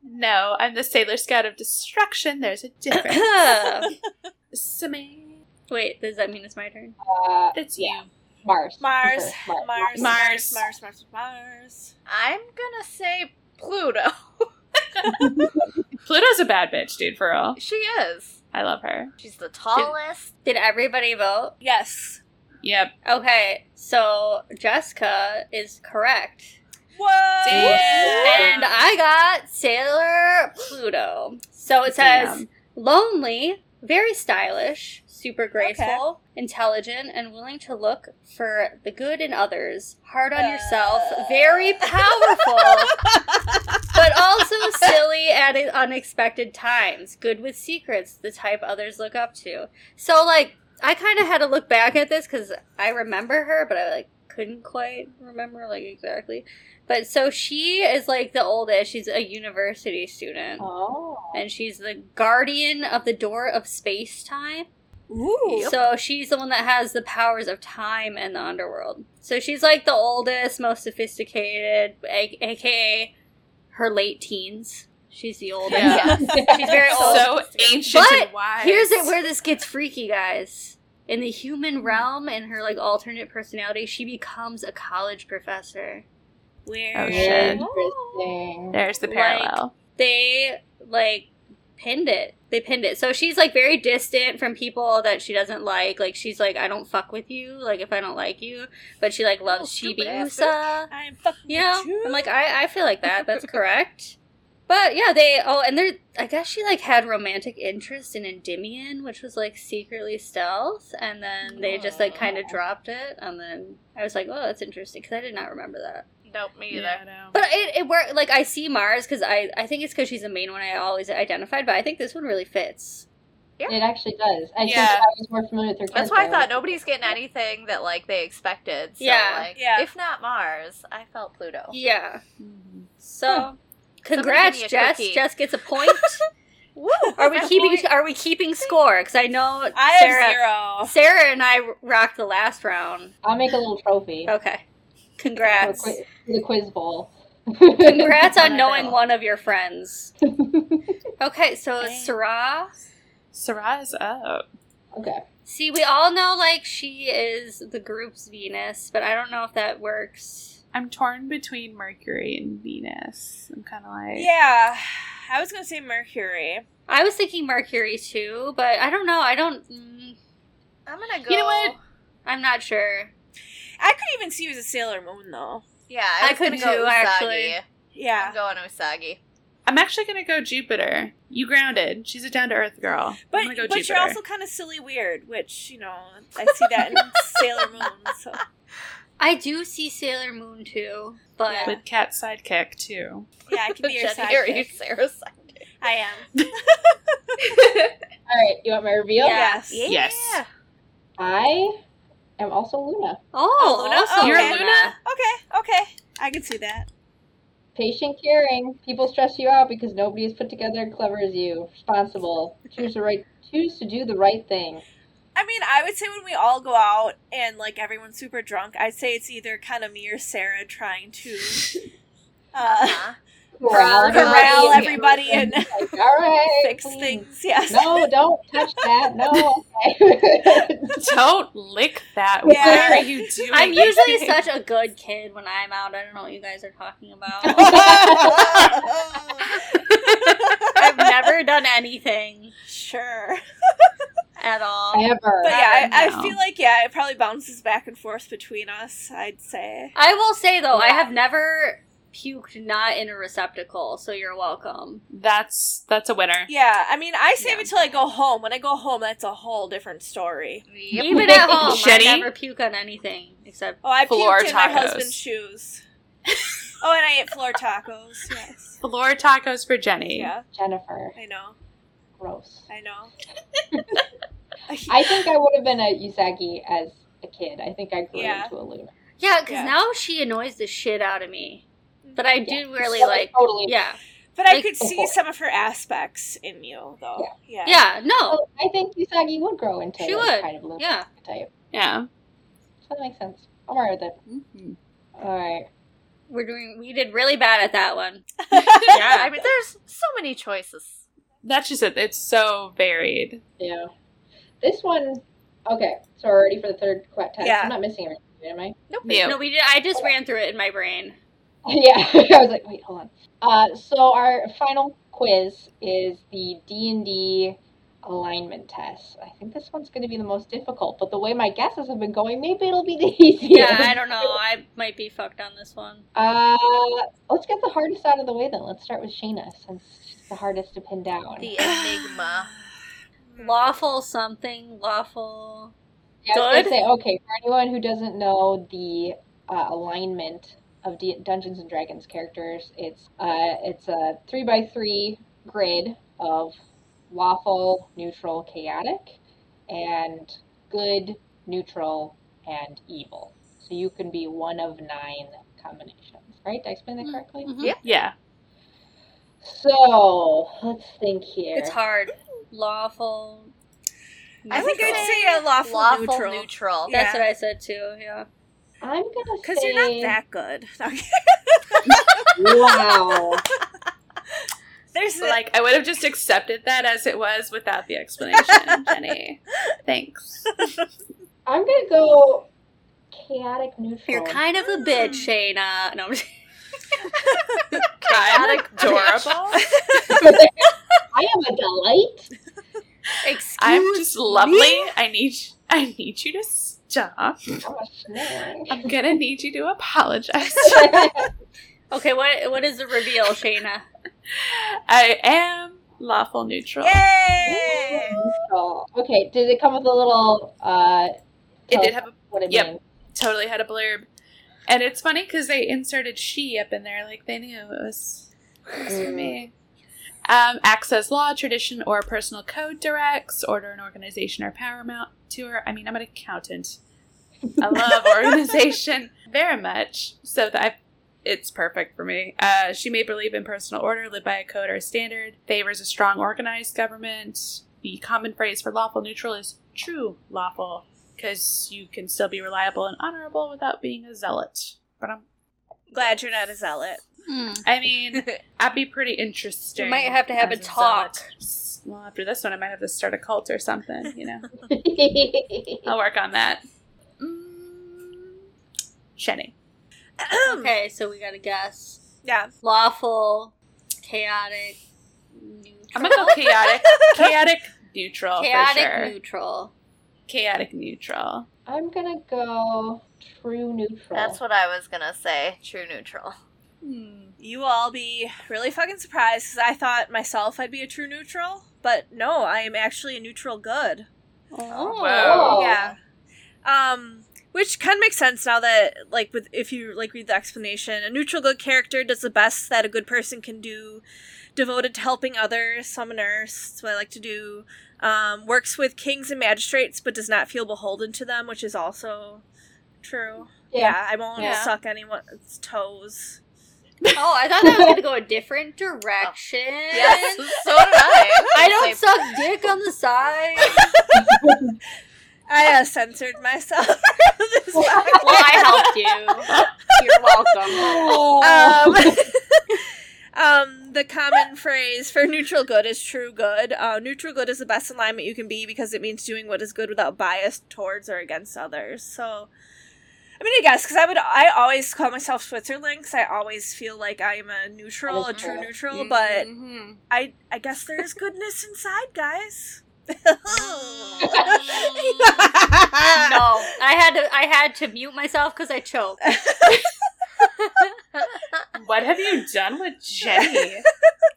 D: no, I'm the Sailor Scout of Destruction. There's a difference. Sammy.
B: Wait, does that mean it's my turn?
A: uh,
D: That's you.
A: Mars.
C: Mars.
A: Sure,
C: Mars.
D: Mars.
C: Mars. Mars. Mars.
F: I'm gonna say Pluto.
D: Pluto's a bad bitch, dude, for real.
F: she is.
D: I love her.
F: She's the tallest.
B: Did everybody vote?
C: Yes.
D: Yep.
B: Okay, so Jessica is correct.
C: Whoa.
B: And
D: Damn.
B: I got Sailor Pluto. So it says
D: Damn.
B: lonely, very stylish, super graceful, intelligent, and willing to look for the good in others, hard on yourself, very powerful. but also silly at unexpected times, good with secrets, the type others look up to. So, like, I kind of had to look back at this because I remember her, but I like couldn't quite remember like exactly. But so she is like the oldest. She's a university student.
A: Oh.
B: And she's the guardian of the door of space time.
C: Ooh.
B: So she's the one that has the powers of time and the underworld. So she's like the oldest, most sophisticated, a- aka her late teens. She's the oldest.
F: Yeah.
B: She's very old.
D: so ancient
B: Oh, But
D: and wise.
B: Here's it where this gets freaky, guys. In the human realm, in her like alternate personality, she becomes a college professor. Where
D: Oh, shit.
A: Interesting.
D: There's the
B: like,
D: parallel.
B: they like pinned it. They pinned it. So she's like very distant from people that she doesn't like. Like she's like, I don't fuck with you. Like if I don't like you, but she like loves
F: stupid
B: Chibi
F: ass
B: Usa.
C: I'm fucking
B: You know,
C: with you.
B: I'm like I I feel like that. That's correct. But yeah, they oh, and they're I guess she like had romantic interest in Endymion, which was like secretly stealth, and then they just like kind of dropped it, and then I was like, oh, that's interesting because I did not remember that.
F: Nope, me either.
D: Yeah, I know.
B: But it, it worked. Like I see Mars because I I think it's because she's the main one I always identified. But I think this one really fits.
A: It actually does. I think
D: Yeah.
A: I was more familiar with her character.
F: That's why I thought nobody's getting anything that like they expected. So,
B: Yeah.
F: like,
C: Yeah.
F: If not Mars, I felt Pluto.
B: Yeah.
D: Mhm.
B: So,
F: Somebody give
B: congrats,
F: me a
B: Jess.
F: cookie.
B: Jess gets a point. are we keeping Are we keeping score? Because I know
C: I have
B: Sarah.
C: zero.
B: Sarah and I rocked the last round.
A: I'll make a little trophy.
B: Okay.
A: for
B: Congrats.
A: qui- for the quiz bowl.
B: Congrats on
F: Whatever.
B: knowing one of your friends. Okay, so
C: Thanks.
B: Sarah.
D: Sarah is up.
A: okay.
B: See, we all know like she is the group's Venus, but I don't know if that works.
D: I'm torn between Mercury and Venus. I'm kind of like,
C: Yeah, I was gonna say Mercury.
B: I was thinking Mercury too, but I don't know. I don't. Mm,
F: I'm gonna go.
D: You know what?
B: I'm not sure.
C: I could even see you as a Sailor Moon though.
F: Yeah,
B: I
F: I, was
B: could
F: gonna go
B: too,
F: Usagi.
B: actually.
F: I'm
C: Yeah,
F: going Usagi.
D: I'm actually gonna go Jupiter. You grounded. She's a down to earth girl.
C: but
D: I'm gonna go
C: but
D: Jupiter.
C: you're also kind of silly weird, which you know I see that in Sailor Moon. So
B: I do see Sailor Moon too, but
C: Yeah.
D: with Cat's sidekick too.
C: yeah, I could be your
F: Jenny, are you
C: sidekick.
F: Sarah's sidekick?
C: I am.
A: All right. You want my reveal?
B: Yeah.
C: Oh, Yes.
F: Yeah.
D: Yes.
A: I am also Luna.
B: oh,
C: Oh, Luna?
B: also
C: Oh,
B: Luna.
C: You're Luna? Okay. Okay. I can see that.
A: Patient, caring. People stress you out because nobody is put together and clever as you. Responsible. Choose the right. Choose to do the right thing.
C: I mean, I would say when we all go out and like everyone's super drunk, I'd say it's either kind of me or Sarah trying to uh,
F: Uh-huh.
A: Corral
C: corral
A: everybody
C: everybody
A: and-
C: and
A: Like, all right.
C: fix
A: please.
C: things. Yes.
A: No, don't touch that. No. Okay.
D: Don't lick that.
C: Yeah.
D: What are you doing?
B: I'm usually such a good kid when I'm out. I don't know what you guys are talking about. I've never done anything
C: sure.
B: at all.
A: Ever.
C: But yeah, I,
D: no.
C: I feel like yeah, it probably bounces back and forth between us. I'd say.
B: I will say though, I have never puked not in a receptacle, so you're welcome.
D: That's that's a winner.
C: Yeah, I mean, I save
D: Yeah.
C: it till I go home. When I go home, that's a whole different story.
F: Yep.
B: Even at home,
D: Shitty.
B: I never puke on anything except
C: Oh, I
D: Floor
C: puked in my
D: tacos.
C: husband's shoes. oh, and I ate floor tacos. Yes.
D: Floor tacos for Jenny.
C: Yeah,
A: Jennifer.
C: I know.
A: Gross.
C: I know.
A: I think I would have been a Usagi as a kid. I think I grew
C: Yeah.
A: into a Luna.
B: Yeah, because
C: Yeah.
B: now she annoys the shit out of me. But I do
A: Yeah.
B: really
A: That was
B: like.
A: totally.
B: Yeah.
C: But I
B: Like-
C: could see some of her aspects in you, though. Yeah.
B: Yeah, no.
A: Oh, I think Usagi would grow into
B: She
A: a
B: would,
A: kind of Luna
B: Yeah.
A: type.
D: Yeah. Mm-hmm.
A: So that makes sense. I'm alright with it. All right.
B: We're doing. We did really bad at that one.
F: Yeah, I mean, there's so many choices.
D: That's just it. It's so varied.
A: Yeah. This one. Okay. So we're ready for the third que- test.
C: Yeah.
A: I'm not missing anything, am I?
F: Nope.
D: Yeah.
B: No, we did. I just ran through it in my brain.
A: yeah. I was like, wait, hold on. Uh, so our final quiz is the D and D alignment test. I think this one's going to be the most difficult, but the way my guesses have been going, maybe it'll be the easiest.
B: Yeah, I don't know. I might be fucked on this one.
A: Uh, let's get the hardest out of the way then. Let's start with Shayna since she's the hardest to pin down.
F: The Enigma.
A: Hmm.
B: Lawful something. Lawful.
A: Yeah, I was
B: Good.
A: gonna say, okay, for anyone who doesn't know the uh, alignment of D- Dungeons and Dragons characters, it's uh, it's a three by three grid of lawful, neutral, chaotic, and good, neutral, and evil. So you can be one of nine combinations. Right? Did I explain that correctly?
B: Mhm.
F: Yep.
D: Yeah.
A: So let's think here.
B: It's hard. Lawful.
C: I think
B: neutral.
C: I'd say a lawful, neutral.
F: neutral.
C: Yeah.
B: That's what I said too. Yeah.
A: I'm gonna
C: Because
A: say
C: you're not that good.
A: wow.
C: There's
D: So, like I would have just accepted that as it was without the explanation, Jenny. Thanks.
A: I'm gonna go chaotic neutral.
B: You're kind of a bitch, Shayna. No, I'm just-
D: I'm adorable.
A: I am a delight.
B: excuse
D: I'm just lovely.
B: me?
D: I need I need you to stop.
A: I'm a snore.
D: I'm gonna need you to apologize.
B: Okay, what what is the reveal, Shayna?
D: I am lawful neutral.
C: Yay!
A: Neutral. okay, did it come with a little uh
D: It
A: tell
D: did have a
A: what it
D: yep.
A: means?
D: totally had a blurb. And it's funny because they inserted she up in there, like they knew it was, it was for me. Um, acts as law, tradition, or personal code directs, order an organization or power amount to her. I mean, I'm an accountant. I love organization very much. So that I, it's perfect for me. Uh, she may believe in personal order, live by a code or a standard, favors a strong, organized government. The common phrase for lawful neutral is true lawful because you can still be reliable and honorable without being a zealot. But I'm,
C: Glad you're not a zealot.
D: I mean, I'd be pretty interesting.
B: You might have to have
D: as
B: a talk.
D: zealot. Well, after this one, I might have to start a cult or something. You know, I'll work on that. Mm, Jenny,
B: Okay, so we gotta guess.
C: Yeah.
B: Lawful, chaotic, neutral.
D: I'm gonna go chaotic, chaotic neutral
B: chaotic
D: for sure.
B: neutral.
D: chaotic neutral.
A: I'm gonna go true neutral.
F: That's what I was gonna say. True neutral.
D: Hmm.
C: You will all be really fucking surprised because I thought myself I'd be a true neutral, but no, I am actually a neutral good.
B: Oh,
D: Wow.
C: Yeah. Um, which kind of makes sense now that, like, with if you like read the explanation, a neutral good character does the best that a good person can do, devoted to helping others. So I'm a nurse. That's what I like to do. Um, works with kings and magistrates, but does not feel beholden to them, which is also true. Yeah, I won't
B: Yeah.
C: suck anyone's toes.
B: Oh, I thought that was gonna go a different direction.
F: Yes. so did I.
B: I don't suck dick on the side.
C: I uh, censored myself. this podcast.
B: Well, I helped you. You're welcome.
C: um, um, the common phrase for neutral good is true good. Uh, neutral good is the best alignment you can be because it means doing what is good without bias towards or against others. So, I mean, I guess because I would, I always call myself Switzerland because I always feel like I'm a neutral, a true
A: Mhm.
D: Mm-hmm.
C: neutral. But I, I guess there is goodness inside, guys.
B: No, Ah. I had to. I had to mute myself because I choked.
D: What have you done with Jenny?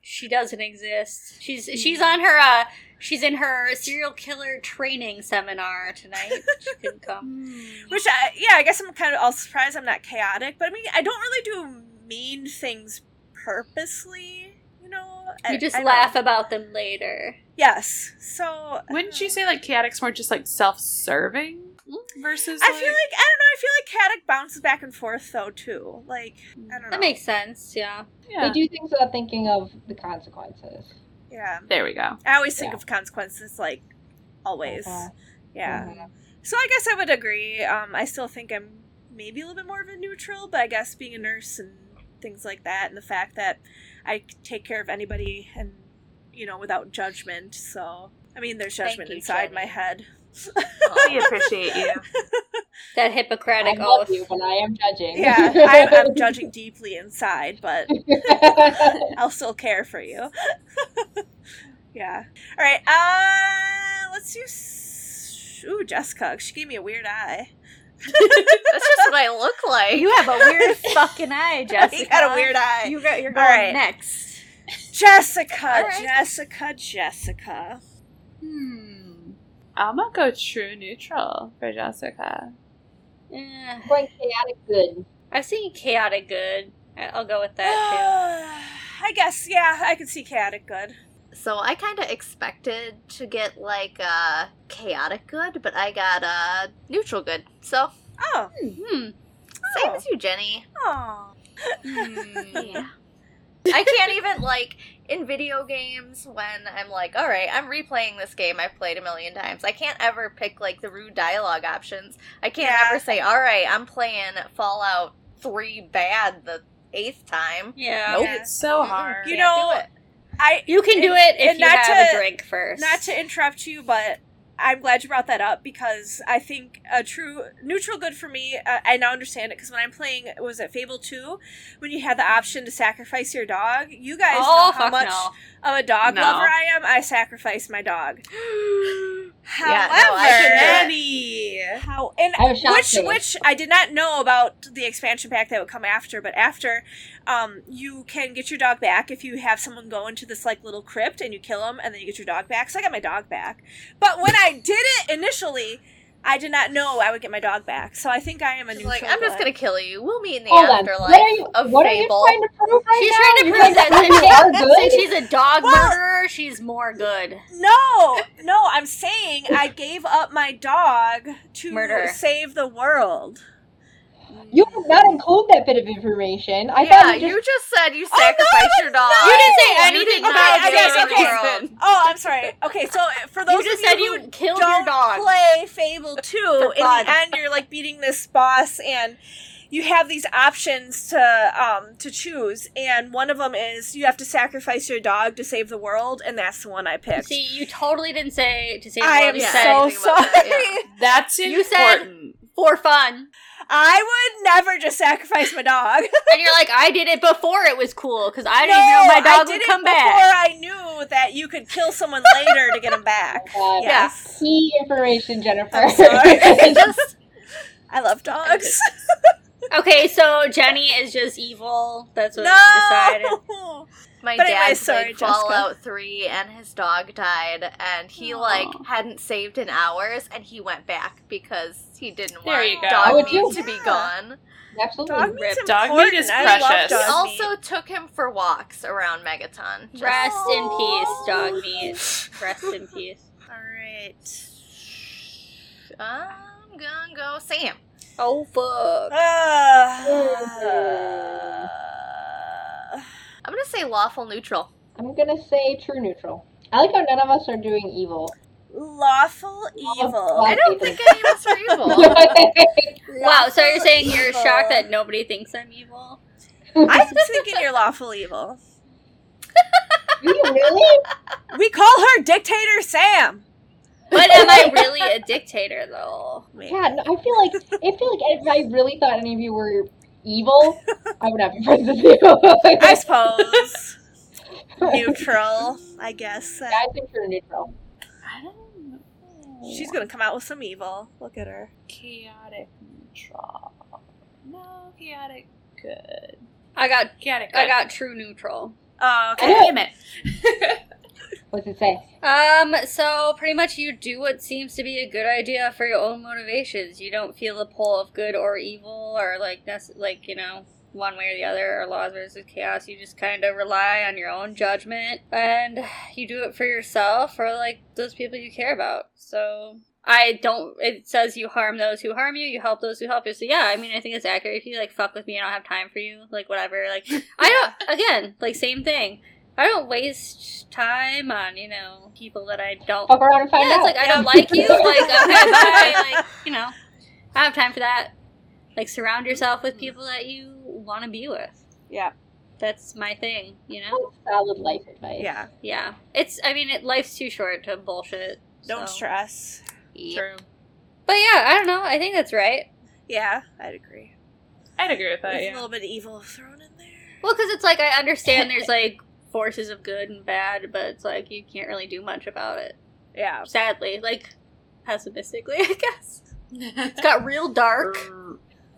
B: She doesn't exist. She's she's on her. uh She's in her serial killer training seminar tonight. She couldn't come.
C: Which, I, yeah, I guess I'm kind of all surprised I'm not chaotic, but I mean, I don't really do mean things purposely, you know? I-
B: You just
C: I don't-
B: laugh about them later.
C: Yes. So. uh,
D: Wouldn't you say like chaotic's more just like self-serving
B: Mm.
D: versus?
C: I feel like, I don't know, I feel like chaotic bounces back and forth, though, too. Like, I don't know.
B: Mm, That makes sense. Yeah.
D: yeah.
A: They do things without thinking of the consequences.
C: Yeah.
D: There we go.
C: I always think
A: Yeah.
C: of consequences, like, always.
A: Uh-huh.
C: Yeah.
B: Mm-hmm.
A: Mhm.
C: So I guess I would agree. Um, I still think I'm maybe a little bit more of a neutral, but I guess being a nurse and things like that, and the fact that I c- take care of anybody and you know without judgment. So I mean, there's
B: Thank
C: judgment
B: you,
C: inside
B: Jenny.
C: my head.
D: We appreciate you.
A: I
B: That Hippocratic
A: love
B: oath.
A: you, but I am judging.
C: Yeah, I, I'm judging deeply inside, but I'll still care for you. yeah. All right. Uh, let's do. S- Ooh, Jessica. She gave me a weird eye.
F: That's just what I look like.
B: You have a weird fucking eye, Jessica.
C: You got a weird eye.
B: You got. You're
C: All
B: going
C: right.
B: next.
C: Jessica,
B: right.
C: Jessica, Jessica.
D: Hmm. I'm gonna go true neutral for Jessica.
B: Eh,
A: I'm going chaotic good.
B: I've seen chaotic good. I- I'll go with that
C: I guess, yeah, I could see chaotic good.
F: So I kind of expected to get like a chaotic good, but I got a neutral good. So
C: Oh,
B: too. Hmm.
F: Thanks, you, Jenny.
C: Oh.
F: Yeah. I can't even like in video games when I'm like, all right, I'm replaying this game I've played a million times. I can't ever pick like the rude dialogue options. I can't
C: Yeah.
F: ever say, all right, I'm playing Fallout Three bad the eighth time.
B: Yeah.
C: Oh.
F: Nope.
D: It's so hard.
C: You
F: Can't
C: know,
F: do it.
C: I
B: You can do
C: And-
B: it if
C: and
B: you
C: not
B: have
C: to-
B: a drink first.
C: not to interrupt you, but I'm glad you brought that up because I think a true neutral good for me. Uh, I now understand it because when I'm playing, was it Fable Two, when you had the option to sacrifice your dog? You guys
B: oh,
C: know how
B: fuck
C: much
B: no.
C: of a dog
B: No.
C: lover I am. I sacrifice my dog. However,
F: Yeah, no, I can
C: how and
A: I was shocked
C: which
A: too.
C: which I did not know about the expansion pack that would come after, but after, um, you can get your dog back if you have someone go into this like little crypt and you kill them, and then you get your dog back. So I got my dog back, but when I did it initially, I did not know I would get my dog back. So I think I am a
F: She's
C: neutral.
F: like, I'm just
C: good.
F: gonna kill you. We'll meet in the
A: Hold on.
F: afterlife
A: What are you?
F: of
A: What are you
F: Fable.
A: trying to prove right
B: She's
A: now?
B: trying to
A: You're
B: prove that
A: prove
B: since
A: you are
B: Since
A: good.
B: she's a dog
C: Well-
B: murderer, she's more good.
C: No, no, I'm saying I gave up my dog to
B: Murder.
C: save the world.
A: You did not include that bit of information. I
F: yeah,
A: thought you just. Oh,
F: you just said you
C: no,
F: sacrificed your dog.
B: You didn't say
F: You
B: anything
F: did not
B: about
C: okay,
F: say
C: okay,
F: anything
C: okay.
F: about it.
C: Oh, I'm sorry. Okay, so for
B: You
C: those
B: just
C: of
B: said
C: you who
B: you would kill
C: don't
B: your dog.
C: play Fable 2,
B: For
C: in the
B: fun.
C: end you're like beating this boss and you have these options to um to choose and one of them is you have to sacrifice your dog to save the world and that's the one I picked.
B: See, you totally didn't say to say the
C: I
B: world.
C: am
B: You
F: yeah,
B: said
C: so
F: anything about that,
C: sorry.
D: That's
B: You said-
D: important.
B: for fun,
C: I would never just sacrifice my dog.
B: and you're like, I did it before it was cool because I didn't
C: no,
B: even know my
C: I
B: dog
C: did
B: would
C: it
B: come
C: before
B: back.
C: I knew that you could kill someone later to get him back.
A: God.
C: Yes.
A: Key information, Jennifer.
C: I'm sorry.
F: Just
C: I love dogs.
B: Okay, so Jenny is just evil. That's what we decided.
C: No.
F: my
C: But
F: dad
C: anyway,
F: played
C: sorry, Jessica.
F: Fallout Three, and his dog died, and he
D: Aw.
F: like hadn't saved in hours, and he went back because he didn't
D: There you
F: want
D: go.
A: I
F: dog
A: would
F: meat
A: do.
F: to be
C: Yeah.
F: gone.
A: Absolutely.
C: Dog meat's
D: Rip. Dog meat
C: important.
D: is
C: I love
D: precious.
F: He
C: dog
F: also
C: meat.
F: took him for walks around Megaton. Just-
B: Rest in peace, dog meat. Rest in peace.
C: All right.
F: I'm gonna go Sam.
B: Oh fuck!
C: Uh,
F: I'm gonna say lawful neutral.
A: I'm gonna say true neutral. I like how none of us are doing evil.
C: lawful evil.
F: I don't think any of us are evil.
B: Wow, so you're
C: Lawful
B: saying you're
C: evil.
B: shocked that nobody thinks I'm evil?
C: I'm thinking you're lawful evil.
A: Do you really?
C: We call her Dictator Sam.
B: But am I really a dictator though?
A: Yeah, no, I feel like I feel like if I really thought any of you were evil, I would have been friends with you.
C: I suppose. Neutral, I guess.
A: Yeah, I think true neutral.
D: I don't know.
C: She's gonna come out with some evil. Look at her.
D: chaotic neutral. No, chaotic good.
B: I got
D: Chaotic
C: Uh,
D: good.
B: I got true neutral.
C: Oh,
A: I
C: okay.
A: don't-
D: Damn it.
A: What's it say?
B: Um, so pretty much you do what seems to be a good idea for your own motivations. You don't feel the pull of good or evil or like nece- like, you know, one way or the other or laws versus chaos. You just kind of rely on your own judgment and you do it for yourself or like those people you care about. So I don't it says you harm those who harm you, you help those who help you. So yeah, I mean, I think it's accurate if you like fuck with me, I don't have time for you, like whatever. Like I don't again, like same thing. I don't waste time on you know people that I don't.
A: Fuck around and find
B: yeah,
A: out.
B: it's like I don't like you. Like okay, bye. Like you know, I don't have time for that. Like surround yourself with people that you want to be with.
C: Yeah.
B: that's my thing. You know.
A: That's solid life advice.
C: Yeah.
B: Yeah, it's. I mean, it, life's too short to bullshit.
C: Don't
B: so.
C: stress.
F: Yeah.
D: True.
B: But yeah, I don't know. I think that's right.
C: Yeah, I'd agree.
D: I'd agree with that.
C: There's a
D: Yeah.
C: little bit of evil thrown in there.
B: Well, because it's like I understand there's like forces of good and bad, but it's like you can't really do much about it.
C: Yeah.
B: Sadly, like pessimistically, I guess. It's got real dark.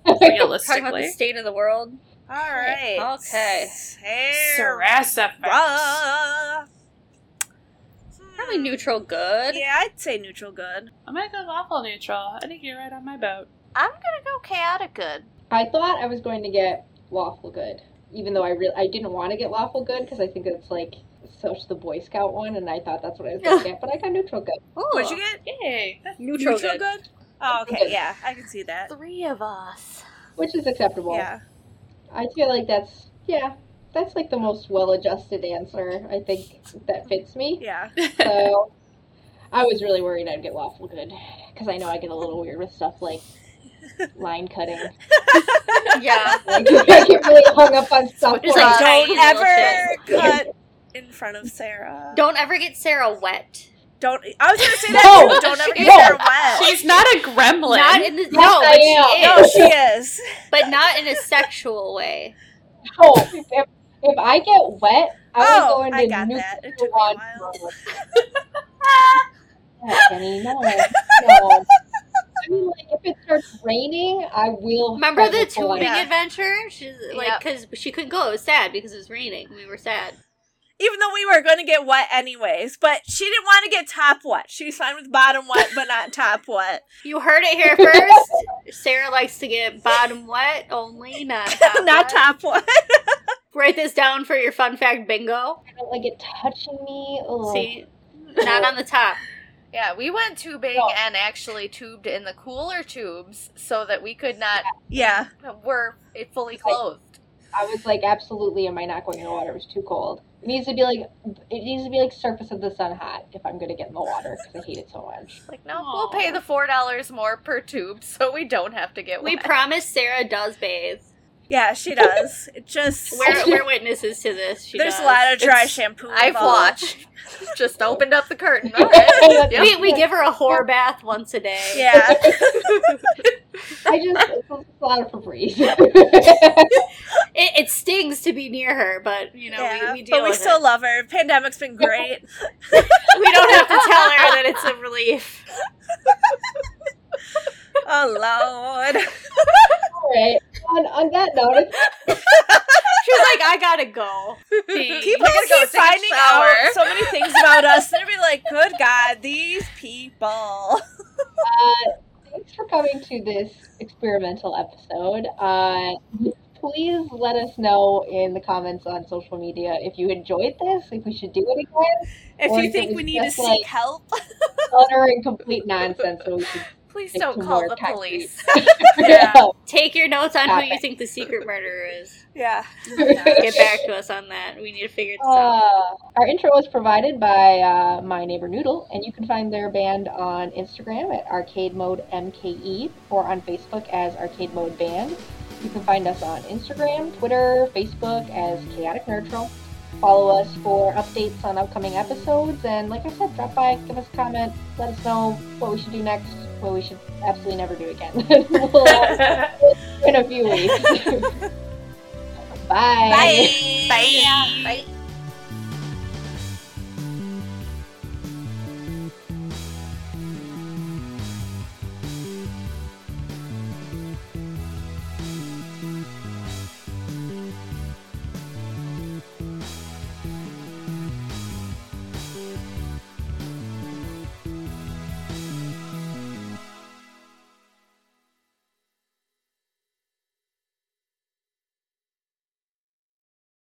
B: Talking about the
D: Realistically,
B: state of the world.
C: All right.
B: Okay.
C: Sarah.
D: Sarasa.
B: Probably neutral good.
C: Hmm. Yeah, I'd say neutral good.
D: I'm gonna go lawful neutral. I think you're right on my boat.
F: I'm gonna go chaotic good.
A: I thought I was going to get lawful good, even though I really I didn't want to get lawful good because I think it's like such the Boy Scout one, and I thought that's what I was going to get, but I got neutral good.
B: Oh,
C: What'd you get?
D: Yay.
B: Neutral, good.
C: Oh, okay. Yeah, I can see that.
F: Three of us.
A: which is acceptable.
C: Yeah.
A: I feel like that's yeah, that's like the most well-adjusted answer I think that fits me.
C: Yeah.
A: So I was really worried I'd get lawful good because I know I get a little weird with stuff like line cutting.
B: Yeah.
A: Like, I get really hung up on stuff.
B: It's
A: where
B: like,
A: I-
B: tiny
C: don't
B: little
C: ever
A: shit.
C: cut in front of Sarah.
B: Don't ever get Sarah wet.
C: Don't. I was gonna say
A: No,
C: that. too. Don't ever
A: she
C: get her
A: is.
C: wet.
D: She's not a gremlin.
B: Not in the
A: Yes,
B: no,
A: I
B: but she
A: am.
B: is.
C: No, she is.
B: but not in a sexual way.
A: Oh, if, if I get wet, I
C: Oh,
A: would go
C: I
A: into
C: got
A: nuclear
C: that. It took me a
A: on
C: while.
A: drugs. Yeah, Jenny, no, no. I mean, like, if it starts raining, I will.
B: Remember
A: have
B: the
A: a full
B: tubing
A: on-
C: Yeah.
B: adventure? She's like,
F: Yep.
B: because she couldn't go. It was sad because it was raining. We were sad.
C: Even though we were gonna get wet anyways, but she didn't want to get top wet. She's fine with bottom wet, but not top wet.
B: You heard it here first. Sarah likes to get bottom wet only, not top
C: not
B: wet.
C: top wet.
B: Write this down for your fun fact bingo.
A: I don't like it touching me. Ugh.
B: See, not on the top.
F: Yeah, we went tubing
A: Oh.
F: and actually tubed in the cooler tubes so that we could not
C: Yeah.
F: were eh, fully clothed.
A: I was like, absolutely, am I not going in the water? It was too cold. It needs to be like, it needs to be like surface of the sun hot if I'm going to get in the water because I hate it so much.
F: Like, no, we'll pay the four dollars more per tube so we don't have to get
B: We
F: wet.
B: promise Sarah does bathe.
C: Yeah, she does. It just
B: We're, we're witnesses to this. She
C: there's
B: does.
C: a lot of dry
F: It's-
C: shampoo.
F: I've
C: involved.
F: watched. Just opened up the curtain. All right. Yeah.
B: We, we give her a whore bath once a day.
C: Yeah.
A: I just, it's a lot of Febreze.
B: It, it stings to be near her, but you know
C: yeah.
B: we, we deal
C: but we
B: with
C: still
B: it.
C: love her. Pandemic's been great.
B: We don't have to tell her that it's a relief.
C: oh Lord.
A: All right. On, on that note, it's
B: She's like, I gotta go.
C: People
F: gotta
C: keep
F: go take a
C: finding
F: shower.
C: out so many things about us. They'd be like, "Good God, these people."
A: Uh, thanks for coming to this experimental episode. Uh, please let us know in the comments on social media if you enjoyed this, if we should do it again,
C: If
A: Or
C: you
A: if it
C: think we
A: was
C: need to
A: just
C: seek
A: like-
C: help,
A: utter and complete nonsense. So we should
F: Please
A: Make
F: don't
A: some
F: call
A: more
F: the
A: concrete.
F: police.
C: Yeah.
B: Take your notes on who
A: Stop
B: you
A: it.
B: think the secret murderer is.
C: yeah.
B: Get back to us on that. We need to figure this out.
A: Uh, our intro was provided by uh, my neighbor Noodle, and you can find their band on Instagram at Arcade Mode MKE or on Facebook as Arcade Mode Band. You can find us on Instagram, Twitter, Facebook as Chaotic Neutral. Follow us for updates on upcoming episodes, and like I said, drop by, give us a comment, let us know what we should do next, what we should absolutely never do again. we'll uh, in a few weeks. Bye.
C: Bye.
F: Bye.